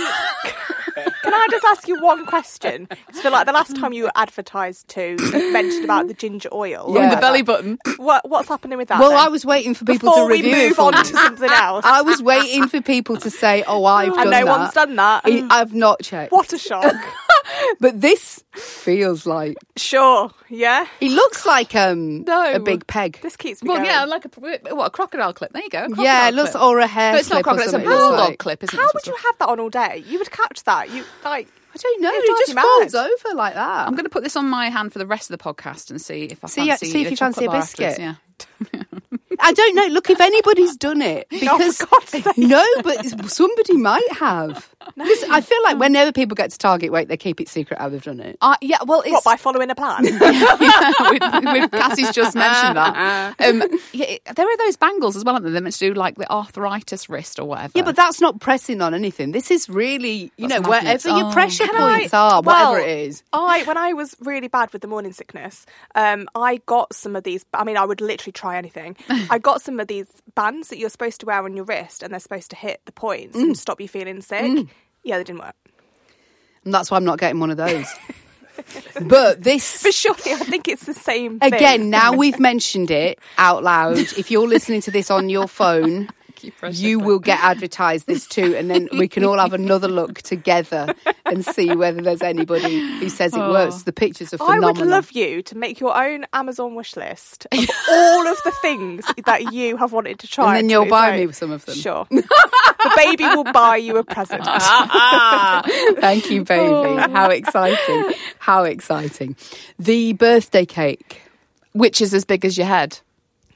[SPEAKER 3] Can I just ask you one question? 'Cause I feel like the last time you were advertised to, you mentioned about the ginger oil. or
[SPEAKER 1] Yeah.
[SPEAKER 2] The
[SPEAKER 3] whatever.
[SPEAKER 2] belly button.
[SPEAKER 3] What, what's happening with that?
[SPEAKER 1] well,
[SPEAKER 3] then?
[SPEAKER 1] I was waiting for people
[SPEAKER 3] Before
[SPEAKER 1] to review.
[SPEAKER 3] we
[SPEAKER 1] it
[SPEAKER 3] move
[SPEAKER 1] for
[SPEAKER 3] on
[SPEAKER 1] me.
[SPEAKER 3] to something else.
[SPEAKER 1] I was waiting for people to say, "Oh, I've
[SPEAKER 3] And
[SPEAKER 1] done
[SPEAKER 3] no
[SPEAKER 1] that."
[SPEAKER 3] one's done that.
[SPEAKER 1] I- I've not checked.
[SPEAKER 3] What a shock.
[SPEAKER 1] But this feels like
[SPEAKER 3] sure. Yeah.
[SPEAKER 1] he looks like um
[SPEAKER 2] No.
[SPEAKER 1] a big peg.
[SPEAKER 3] This keeps me
[SPEAKER 2] Well,
[SPEAKER 3] going.
[SPEAKER 2] yeah, like a what a crocodile clip. There you go. a
[SPEAKER 1] yeah, it
[SPEAKER 2] crocodile
[SPEAKER 1] looks
[SPEAKER 2] clip.
[SPEAKER 1] or a hair.
[SPEAKER 2] No, it's not a
[SPEAKER 1] clip or
[SPEAKER 2] crocodile. It's a
[SPEAKER 1] something, it looks
[SPEAKER 2] bulldog
[SPEAKER 1] like.
[SPEAKER 2] clip, isn't it?
[SPEAKER 3] How
[SPEAKER 2] That's
[SPEAKER 3] would
[SPEAKER 2] what-
[SPEAKER 3] you have that on all day? You would catch that. You like.
[SPEAKER 1] I don't know.
[SPEAKER 3] It'll
[SPEAKER 1] It
[SPEAKER 3] drive
[SPEAKER 1] just
[SPEAKER 3] you mad.
[SPEAKER 1] folds over like that.
[SPEAKER 2] I'm going to put this on my hand for the rest of the podcast and see if I
[SPEAKER 1] See, uh,
[SPEAKER 2] fancy
[SPEAKER 1] see if you fancy
[SPEAKER 2] chocolate
[SPEAKER 1] a
[SPEAKER 2] bar
[SPEAKER 1] biscuit.
[SPEAKER 2] afterwards, Yeah.
[SPEAKER 1] I don't know. Look, if anybody's done it, because
[SPEAKER 3] Oh, God's sake.
[SPEAKER 1] no, but somebody might have. Just- I feel like whenever people get to target weight, they keep it secret how they've done it.
[SPEAKER 3] Oh.
[SPEAKER 2] Uh, yeah, well, it's
[SPEAKER 3] What by following a plan?
[SPEAKER 2] with, with Cassie's just mentioned that. Um, yeah, it- there are those bangles as well, aren't there? They're meant to do like the arthritis wrist or whatever.
[SPEAKER 1] Yeah, but that's not pressing on anything. This is really, you
[SPEAKER 2] That's
[SPEAKER 1] know,
[SPEAKER 2] magnets.
[SPEAKER 1] wherever your
[SPEAKER 2] Oh.
[SPEAKER 1] pressure
[SPEAKER 2] Can
[SPEAKER 3] I-
[SPEAKER 1] points are,
[SPEAKER 3] well,
[SPEAKER 1] whatever it is.
[SPEAKER 3] I when I was really bad with the morning sickness, um, I got some of these. I mean, I would literally try anything. I got some of these bands that you're supposed to wear on your wrist, and they're supposed to hit the points
[SPEAKER 1] Mm.
[SPEAKER 3] and stop you feeling sick. Yeah, they didn't work.
[SPEAKER 1] And that's why I'm not getting one of those. but this.
[SPEAKER 3] But surely, I think it's the same. Thing.
[SPEAKER 1] Again, now we've mentioned it out loud. If you're listening to this on your phone, you will get advertised this too, and then we can all have another look together and see whether there's anybody who says it works. The pictures are
[SPEAKER 3] Oh. I
[SPEAKER 1] phenomenal.
[SPEAKER 3] would love you to make your own Amazon wish list of all of the things that you have wanted to try.
[SPEAKER 1] And then you'll
[SPEAKER 3] to
[SPEAKER 1] buy
[SPEAKER 3] try.
[SPEAKER 1] me some of them.
[SPEAKER 3] Sure. the baby will buy you a present.
[SPEAKER 1] Oh Thank you, baby.
[SPEAKER 3] Oh.
[SPEAKER 1] How exciting! How exciting! The birthday cake.
[SPEAKER 2] which is as big as your head.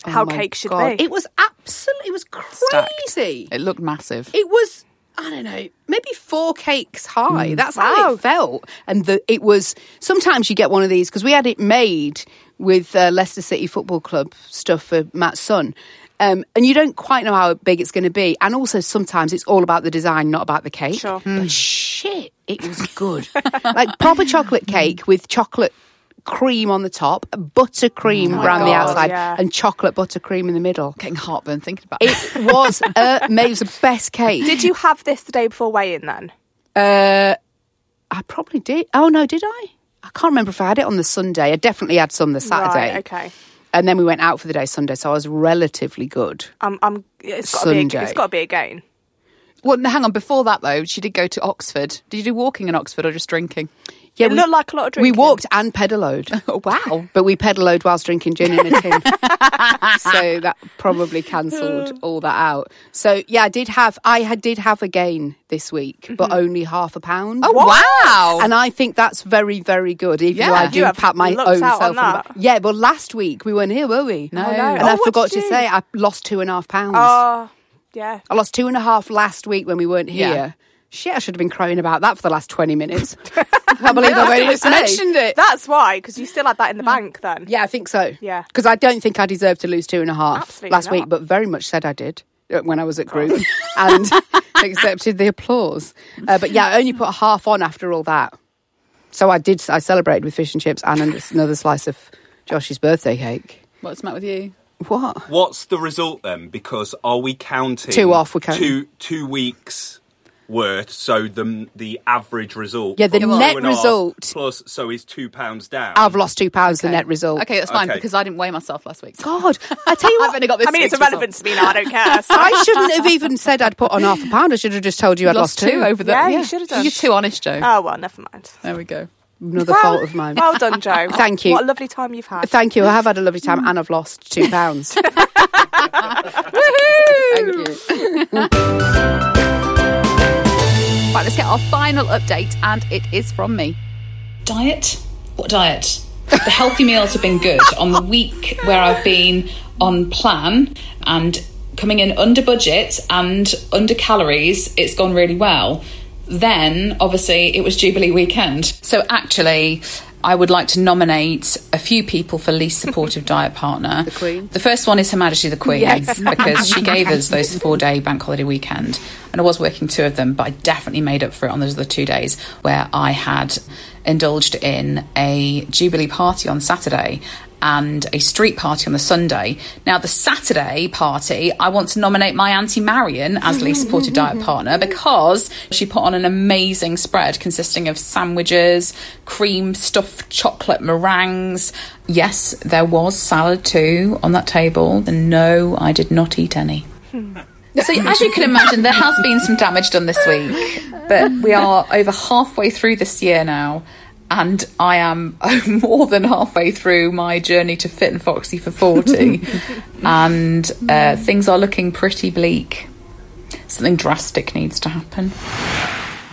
[SPEAKER 3] How
[SPEAKER 1] Oh my
[SPEAKER 3] cake should
[SPEAKER 1] God.
[SPEAKER 3] be.
[SPEAKER 1] It was absolutely. It was crazy.
[SPEAKER 2] It looked massive.
[SPEAKER 1] It was. I don't know, maybe four cakes high.
[SPEAKER 3] Mm.
[SPEAKER 1] That's how it felt. And the, it was sometimes you get one of these because we had it made with uh, Leicester City Football Club stuff for Matt's son. Um, and you don't quite know how big it's going to be. And also, sometimes it's all about the design, not about the cake.
[SPEAKER 3] Sure. Hmm.
[SPEAKER 1] But shit, it was good. like proper chocolate cake with chocolate cream on the top, buttercream around the
[SPEAKER 3] Mm. Oh God,
[SPEAKER 1] outside,
[SPEAKER 3] yeah.
[SPEAKER 1] and chocolate buttercream in the middle.
[SPEAKER 2] Getting heartburn thinking about it.
[SPEAKER 1] It was amazing. It was the best cake.
[SPEAKER 3] Did you have this the day before weigh in then?
[SPEAKER 1] Uh, I probably did. Oh no, did I? I can't remember if I had it on the Sunday. I definitely had some the Saturday.
[SPEAKER 3] Right, okay.
[SPEAKER 1] And then we went out for the day Sunday, so I was relatively good.
[SPEAKER 3] I'm, I'm, it's got to be,
[SPEAKER 1] Sunday.
[SPEAKER 3] it's got to be a gain.
[SPEAKER 2] Well, no, hang on. Before that, though, she did go to Oxford. Did you do walking in Oxford or just drinking?
[SPEAKER 1] Yeah,
[SPEAKER 3] It looked like a lot of
[SPEAKER 1] We
[SPEAKER 3] drinking.
[SPEAKER 1] walked and pedaloed.
[SPEAKER 2] Oh, wow.
[SPEAKER 1] But we pedaloed whilst drinking gin in a tin. so that probably cancelled all that out. So yeah, I did have I had did have a gain this week, but
[SPEAKER 3] Mm-hmm.
[SPEAKER 1] only half a pound.
[SPEAKER 2] Oh, wow.
[SPEAKER 1] And I think that's very, very good. Even
[SPEAKER 2] Yeah.
[SPEAKER 1] though I
[SPEAKER 2] You
[SPEAKER 1] do
[SPEAKER 3] have
[SPEAKER 1] pat my
[SPEAKER 3] lucked
[SPEAKER 1] own
[SPEAKER 3] out
[SPEAKER 1] self.
[SPEAKER 3] on
[SPEAKER 1] on the back.
[SPEAKER 3] that.
[SPEAKER 1] Yeah, but last week we weren't here, were we?
[SPEAKER 2] No. Oh, no.
[SPEAKER 1] And
[SPEAKER 3] Oh,
[SPEAKER 1] I
[SPEAKER 3] what
[SPEAKER 1] forgot
[SPEAKER 3] did
[SPEAKER 1] to
[SPEAKER 3] you-
[SPEAKER 1] say I lost two and a half pounds.
[SPEAKER 3] Oh, yeah.
[SPEAKER 1] I lost two and a half last week when we weren't
[SPEAKER 2] Yeah.
[SPEAKER 1] here. Shit, I should have been crying about that for the last twenty minutes. I believe I've only just mentioned it.
[SPEAKER 3] That's why, because you still had that in the bank then.
[SPEAKER 1] Yeah, I think so.
[SPEAKER 3] Yeah.
[SPEAKER 1] Because I don't think I deserve to lose two and a half
[SPEAKER 3] Absolutely
[SPEAKER 1] last
[SPEAKER 3] not.
[SPEAKER 1] week, but very much said I did uh, when I was at group and accepted the applause. Uh, but yeah, I only put half on after all that. So I did, I celebrated with fish and chips and an- another slice of Josh's birthday cake.
[SPEAKER 2] What's the matter with you?
[SPEAKER 1] What?
[SPEAKER 7] What's the result then? Because are we counting
[SPEAKER 1] Two off, we're counting.
[SPEAKER 7] two two weeks worth? So the the average result.
[SPEAKER 1] Yeah, the
[SPEAKER 7] from two
[SPEAKER 1] net
[SPEAKER 7] Oh, and a half
[SPEAKER 1] result.
[SPEAKER 7] plus so is two pounds down.
[SPEAKER 1] I've lost two pounds, the net result. Oh,
[SPEAKER 2] Okay, that's fine
[SPEAKER 7] Okay.
[SPEAKER 2] because I didn't weigh myself last week.
[SPEAKER 1] God, I tell you
[SPEAKER 2] I've
[SPEAKER 1] what,
[SPEAKER 2] only got this.
[SPEAKER 3] I mean, it's
[SPEAKER 2] week's
[SPEAKER 3] irrelevant to me now. I don't care. So.
[SPEAKER 1] I shouldn't have even said I'd put on half a pound. I should have just told you I'd
[SPEAKER 2] result.
[SPEAKER 1] lost,
[SPEAKER 2] two over the.
[SPEAKER 3] Yeah, you should have done.
[SPEAKER 2] You're too honest, Joe.
[SPEAKER 3] oh well, never mind.
[SPEAKER 2] there we go.
[SPEAKER 1] Another fault of mine.
[SPEAKER 3] Well done, Joe.
[SPEAKER 1] Thank you.
[SPEAKER 3] What a lovely time you've had.
[SPEAKER 1] Thank you. I have had a lovely time and I've lost two pounds. Thank you.
[SPEAKER 2] Right, let's get our final update, and it is from me.
[SPEAKER 6] Diet? What diet? The healthy meals have been good on the week where I've been on plan and coming in under budget and under calories, it's gone really well. Then, obviously, it was Jubilee weekend. So, actually, I would like to nominate a few people for least supportive diet partner. The Queen. The first one is Her Majesty the Queen, because she gave us those four day bank holiday weekend. And I was working two of them, but I definitely made up for it on those other two days where I had indulged in a Jubilee party on Saturday and a street party on the Sunday. Now, the Saturday party, I want to nominate my Auntie Marion as least supportive diet partner because she put on an amazing spread consisting of sandwiches, cream stuffed chocolate meringues. Yes, there was salad too on that table, and no, I did not eat any. So, as you can imagine, there has been some damage done this week, but we are over halfway through this year now, and I am more than halfway through my journey to fit and foxy for 40, and uh, things are looking pretty bleak. Something drastic needs to happen.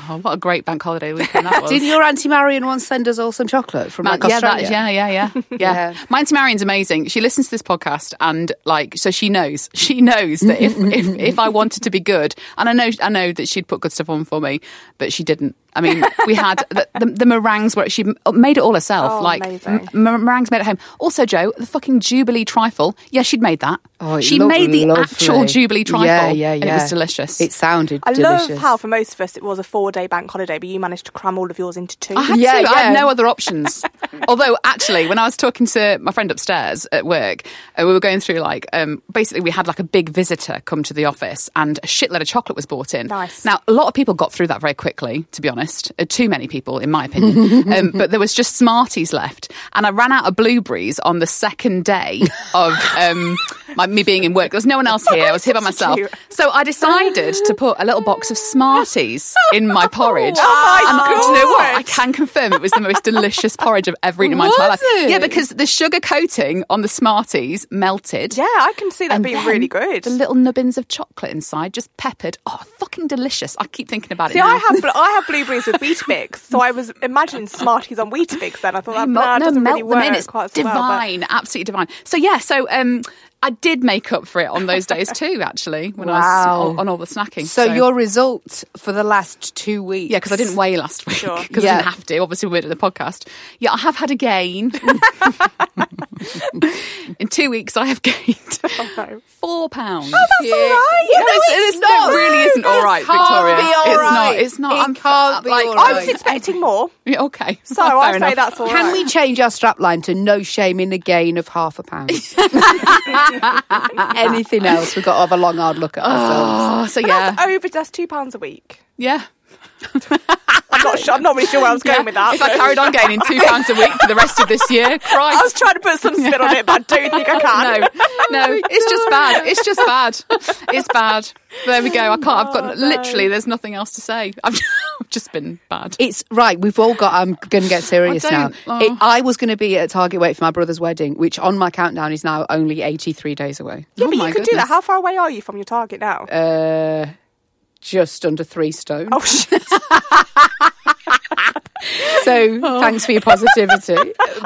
[SPEAKER 2] Oh, what a great bank holiday weekend that was.
[SPEAKER 1] Did your Auntie Marion once send us all some chocolate from like
[SPEAKER 2] yeah,
[SPEAKER 1] Australia?
[SPEAKER 2] that, yeah, yeah, yeah, yeah, yeah. My auntie Marion's amazing. She listens to this podcast and like, so she knows, she knows that if, if if I wanted to be good, and I know, I know that she'd put good stuff on for me, but she didn't. I mean, we had the, the, the meringues where she made it all herself,
[SPEAKER 3] Oh,
[SPEAKER 2] like
[SPEAKER 3] amazing.
[SPEAKER 2] m- mer- meringues made at home. Also, Joe, the fucking Jubilee trifle. Yeah, she'd made that.
[SPEAKER 1] Oh, it
[SPEAKER 2] she
[SPEAKER 1] looked
[SPEAKER 2] made the
[SPEAKER 1] lovely.
[SPEAKER 2] actual Jubilee trifle.
[SPEAKER 1] Yeah, yeah, yeah.
[SPEAKER 2] And it was delicious.
[SPEAKER 1] It sounded
[SPEAKER 3] I
[SPEAKER 1] delicious.
[SPEAKER 3] love how for most of us it was a four-day bank holiday, but you managed to cram all of yours into two.
[SPEAKER 2] I had
[SPEAKER 1] Yeah,
[SPEAKER 2] to. I had
[SPEAKER 1] yeah.
[SPEAKER 3] Um,
[SPEAKER 2] no other options. Although, actually, when I was talking to my friend upstairs at work, uh, we were going through like um, basically we had like a big visitor come to the office, and a shitload of chocolate was brought in.
[SPEAKER 3] Nice.
[SPEAKER 2] Now, a lot of people got through that very quickly. To be honest, uh, too many people, in my opinion. um, but there was just Smarties left, and I ran out of blueberries on the second day of um, my, me being in work. There was no one else here. I was here by myself,
[SPEAKER 3] cute.
[SPEAKER 2] so I decided to put a little box of Smarties in my porridge.
[SPEAKER 3] Oh my
[SPEAKER 2] and I- do you know what?
[SPEAKER 3] God.
[SPEAKER 2] I can confirm it was the most delicious porridge I've ever eaten in my entire
[SPEAKER 1] Was
[SPEAKER 2] life.
[SPEAKER 1] it?
[SPEAKER 2] Yeah, because the sugar coating on the Smarties melted.
[SPEAKER 3] Yeah, I can see that
[SPEAKER 2] And
[SPEAKER 3] being
[SPEAKER 2] then
[SPEAKER 3] really good.
[SPEAKER 2] The little nubbins of chocolate inside, just peppered. Oh, fucking delicious! I keep thinking about
[SPEAKER 3] See,
[SPEAKER 2] it. now.
[SPEAKER 3] I have bl- I have blueberries with Weetabix, so I was imagining Smarties on Weetabix. Then I thought that
[SPEAKER 2] Mel-
[SPEAKER 3] nah,
[SPEAKER 2] no,
[SPEAKER 3] doesn't
[SPEAKER 2] melt
[SPEAKER 3] really
[SPEAKER 2] them
[SPEAKER 3] work
[SPEAKER 2] in. It's
[SPEAKER 3] quite as well, but-
[SPEAKER 2] divine, absolutely divine. So yeah, so um, I did make up for it on those days too, actually, when I
[SPEAKER 1] Wow.
[SPEAKER 2] was on all the snacking.
[SPEAKER 1] So, your result for the last two weeks?
[SPEAKER 2] Yeah, because I didn't weigh last week because I
[SPEAKER 1] Yeah.
[SPEAKER 2] didn't have to. Obviously, we were doing the podcast. Yeah, I have had a gain. In two weeks, I have gained four pounds.
[SPEAKER 1] Oh,
[SPEAKER 3] That's oh, all right.
[SPEAKER 2] No, it's, it's not. It really isn't all right,
[SPEAKER 1] can't
[SPEAKER 2] Victoria.
[SPEAKER 1] be all
[SPEAKER 2] it's
[SPEAKER 1] right.
[SPEAKER 2] not. It's not.
[SPEAKER 1] It
[SPEAKER 2] I'm
[SPEAKER 1] can't be
[SPEAKER 2] like,
[SPEAKER 1] all
[SPEAKER 3] I
[SPEAKER 1] right.
[SPEAKER 3] was expecting more,
[SPEAKER 2] Yeah, okay.
[SPEAKER 3] so I say
[SPEAKER 2] Oh, Fair enough.
[SPEAKER 3] that's all right.
[SPEAKER 1] Can we change our strapline to no shame in a gain of half a pound? Anything else? We've got to have a long, hard look at ourselves.
[SPEAKER 2] Oh, so
[SPEAKER 3] But
[SPEAKER 2] yeah,
[SPEAKER 3] that's over just two pounds a week.
[SPEAKER 2] yeah.
[SPEAKER 3] I'm not sure. I'm not really sure where I was going with that.
[SPEAKER 2] If I carried on gaining two pounds a week for the rest of this year, Christ.
[SPEAKER 3] I was trying to put some spin on it, but I don't think I can. Oh
[SPEAKER 2] no, Oh no, it's just bad. It's just bad. It's bad. There we go. I can't. I've
[SPEAKER 3] Oh,
[SPEAKER 2] got literally. There's nothing else to say. I've just been bad.
[SPEAKER 1] It's right. We've all got. I'm going to get serious
[SPEAKER 2] I
[SPEAKER 1] now.
[SPEAKER 2] don't-
[SPEAKER 1] It, I was going to be at target weight for my brother's wedding, which on my countdown is now only 83 days away.
[SPEAKER 3] Yeah, but
[SPEAKER 2] my
[SPEAKER 3] you could do
[SPEAKER 2] goodness. Uh,
[SPEAKER 3] that. How far away are you from your target now?
[SPEAKER 1] Just under three stone.
[SPEAKER 3] oh shit!
[SPEAKER 1] So
[SPEAKER 2] Oh.
[SPEAKER 1] thanks for your positivity.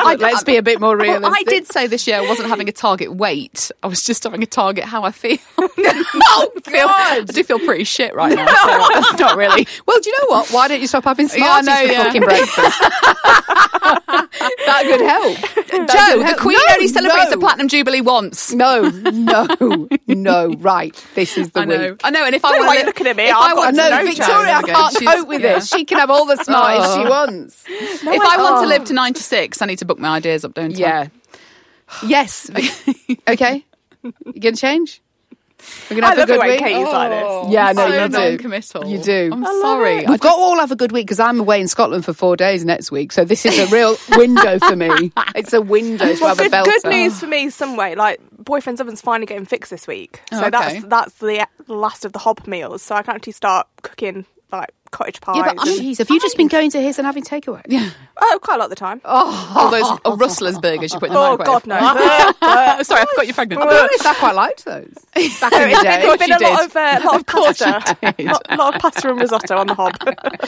[SPEAKER 1] But let's be a bit more
[SPEAKER 2] Well,
[SPEAKER 1] realistic.
[SPEAKER 2] I did say this year I wasn't having a target weight. I was just having a target how I feel. oh God! I do feel pretty shit right now. So that's not really.
[SPEAKER 1] Well, do you know what? Why don't you stop having
[SPEAKER 2] Yeah, I
[SPEAKER 1] Smarties for
[SPEAKER 2] know, yeah.
[SPEAKER 1] fucking breakfast? that could help. That
[SPEAKER 2] Joe,
[SPEAKER 1] could
[SPEAKER 2] the
[SPEAKER 1] help.
[SPEAKER 2] Queen
[SPEAKER 1] No,
[SPEAKER 2] only celebrates
[SPEAKER 1] no.
[SPEAKER 2] the platinum jubilee once.
[SPEAKER 1] No, no, no. Right, this is the
[SPEAKER 2] I know.
[SPEAKER 1] week.
[SPEAKER 2] I know. And if I
[SPEAKER 3] Don't
[SPEAKER 2] want
[SPEAKER 3] know why
[SPEAKER 2] to
[SPEAKER 3] you're looking at me.
[SPEAKER 2] if
[SPEAKER 3] I've
[SPEAKER 2] I
[SPEAKER 3] got
[SPEAKER 2] want
[SPEAKER 3] to
[SPEAKER 1] No,
[SPEAKER 2] to
[SPEAKER 3] know,
[SPEAKER 1] Victoria
[SPEAKER 3] Joe.
[SPEAKER 1] I can't cope with this. She can have all the Smarties she wants.
[SPEAKER 2] if I, want to live to 96, I need to book my ideas up, don't I?
[SPEAKER 1] "Oh." Yeah. Yes. okay. You gonna change? We're gonna
[SPEAKER 3] I
[SPEAKER 1] have a
[SPEAKER 3] love it
[SPEAKER 1] good
[SPEAKER 3] when
[SPEAKER 1] week.
[SPEAKER 3] Katie's like
[SPEAKER 2] Oh.
[SPEAKER 3] this.
[SPEAKER 1] Yeah, no,
[SPEAKER 2] so
[SPEAKER 1] you do.
[SPEAKER 2] non-committal.
[SPEAKER 1] You do.
[SPEAKER 2] I'm sorry.
[SPEAKER 1] We've got to all have a good week because I'm away in Scotland for four days next week. So this is a real window for me. It's a window to
[SPEAKER 3] Well,
[SPEAKER 1] have a
[SPEAKER 3] good,
[SPEAKER 1] belter.
[SPEAKER 3] good news for me, some way. Like boyfriend's oven's finally getting fixed this week, so
[SPEAKER 2] okay.
[SPEAKER 3] that's that's the last of the hob meals. So I can actually start cooking like cottage pies.
[SPEAKER 1] Yeah, but
[SPEAKER 3] and-
[SPEAKER 1] jeez, have you just been going to his and having takeaway? Yeah.
[SPEAKER 3] oh, quite a lot of the time.
[SPEAKER 2] all those uh, rustlers burgers you put in the
[SPEAKER 3] Oh,
[SPEAKER 2] microwave.
[SPEAKER 3] God,
[SPEAKER 1] Uh,
[SPEAKER 3] no.
[SPEAKER 2] sorry, I forgot you're pregnant.
[SPEAKER 1] I quite liked those. Back in
[SPEAKER 3] It's
[SPEAKER 1] the
[SPEAKER 3] been,
[SPEAKER 1] day.
[SPEAKER 3] it's been a
[SPEAKER 2] you
[SPEAKER 3] lot
[SPEAKER 2] did.
[SPEAKER 3] of, uh, lot of
[SPEAKER 2] course you
[SPEAKER 3] pasta,
[SPEAKER 2] did.
[SPEAKER 3] lot, lot of pasta and risotto on the hob.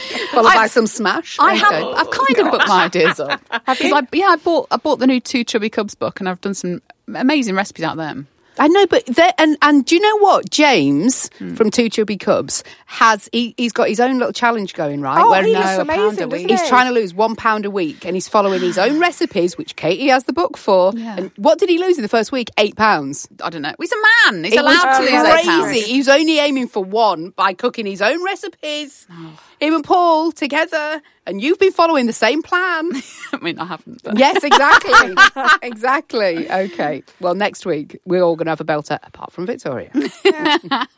[SPEAKER 1] Followed by some smash.
[SPEAKER 2] I have.
[SPEAKER 1] Okay.
[SPEAKER 2] I've kind of booked my ideas up. Because I, yeah, I bought. I bought the new Two Chubby Cubs book, and I've done some amazing recipes out of them.
[SPEAKER 1] I know, but there and and do you know what? James
[SPEAKER 3] Hmm.
[SPEAKER 1] from Two Chubby Cubs has he, he's got his own little challenge going right.
[SPEAKER 3] Oh,
[SPEAKER 1] where
[SPEAKER 3] he
[SPEAKER 1] now
[SPEAKER 3] looks
[SPEAKER 1] a pound
[SPEAKER 3] amazing,
[SPEAKER 1] a
[SPEAKER 3] doesn't
[SPEAKER 1] week. He's
[SPEAKER 3] he?
[SPEAKER 1] trying to lose one pound a week, and he's following his own recipes, which Katie has the book for.
[SPEAKER 2] Yeah.
[SPEAKER 1] And what did he lose in the first week? Eight pounds.
[SPEAKER 2] I don't know. He's a man. He's
[SPEAKER 1] It was
[SPEAKER 2] allowed to lose eight pounds.
[SPEAKER 1] crazy. He was only aiming for one by cooking his own recipes.
[SPEAKER 2] Oh.
[SPEAKER 1] Him and Paul together, and you've been following the same plan.
[SPEAKER 2] I mean, I haven't. But.
[SPEAKER 1] yes, exactly, exactly. Okay. Well, next week we're all going to have a belter, apart from Victoria.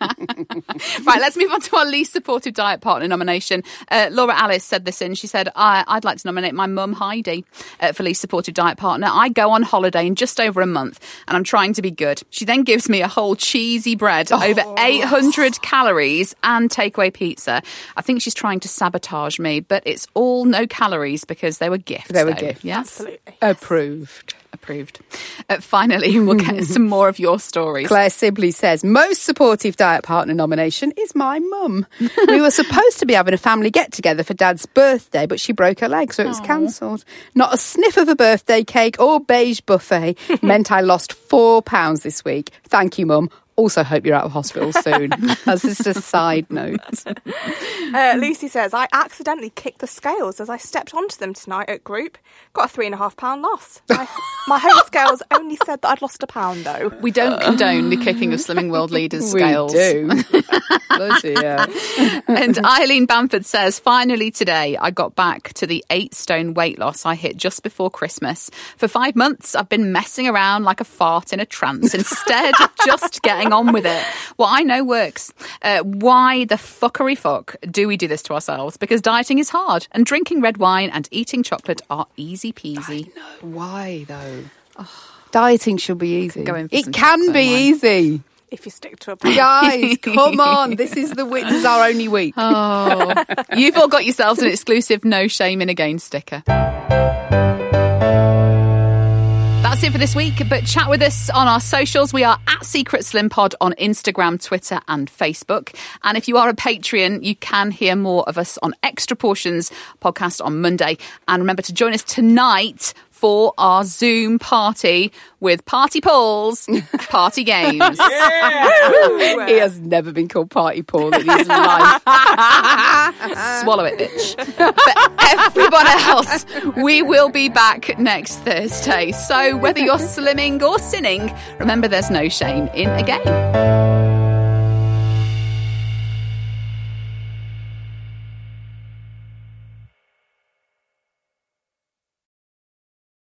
[SPEAKER 2] Right, let's move on to our least supportive diet partner nomination. Uh, Laura Alice said this in. She said, I, I'd like to nominate my mum, Heidi, uh, for least supportive diet partner. I go on holiday in just over a month and I'm trying to be good. She then gives me a whole cheesy bread,
[SPEAKER 1] Oh.
[SPEAKER 2] over 800 calories, and takeaway pizza. I think she's trying to sabotage me, but it's all no calories because they were gifts.
[SPEAKER 1] They were
[SPEAKER 2] though.
[SPEAKER 1] gifts.
[SPEAKER 2] Yes.
[SPEAKER 3] Absolutely.
[SPEAKER 1] Approved.
[SPEAKER 2] Approved. Uh, finally, we'll get some more of your stories.
[SPEAKER 1] Claire Sibley says, most supportive diet partner nomination is my mum. we were supposed to be having a family get together for dad's birthday, but she broke her leg, so it was cancelled. Not a sniff of a birthday cake or beige buffet meant I lost four pounds this week. Thank you, mum. Also, hope you're out of hospital soon. That's just a side note.
[SPEAKER 3] Uh, Lucy says, I accidentally kicked the scales as I stepped onto them tonight at group. Got a three and a half pound loss. My, my home scales only said that I'd lost a pound though.
[SPEAKER 2] We don't condone the kicking of Slimming World leaders' scales.
[SPEAKER 1] We do. Bloody hell.
[SPEAKER 2] and Eileen Bamford says, finally today, I got back to the eight stone weight loss I hit just before Christmas. For five months, I've been messing around like a fart in a trance instead of just getting on with it. What I know works. Uh, why the fuckery fuck do we do this to ourselves? Because dieting is hard and drinking red wine and eating chocolate are easy peasy.
[SPEAKER 1] Why, though? Dieting should be easy.
[SPEAKER 2] in for some
[SPEAKER 1] It can
[SPEAKER 2] chocolate
[SPEAKER 1] be easy.
[SPEAKER 3] If you stick to a plan.
[SPEAKER 1] Guys, come on. This is the week. This is our only week.
[SPEAKER 2] Oh, you've all got yourselves an exclusive No Shame in a Game sticker. That's it for this week, but chat with us on our socials. We are at Secret Slim Pod on Instagram, Twitter, and Facebook. And if you are a Patreon, you can hear more of us on Extra Portions podcast on Monday. And remember to join us tonight for our Zoom party with party polls, party games.
[SPEAKER 1] he has never been called party Paul in his life.
[SPEAKER 2] Swallow it, bitch. For everyone else, we will be back next Thursday. So whether you're slimming or sinning, remember there's no shame in a game.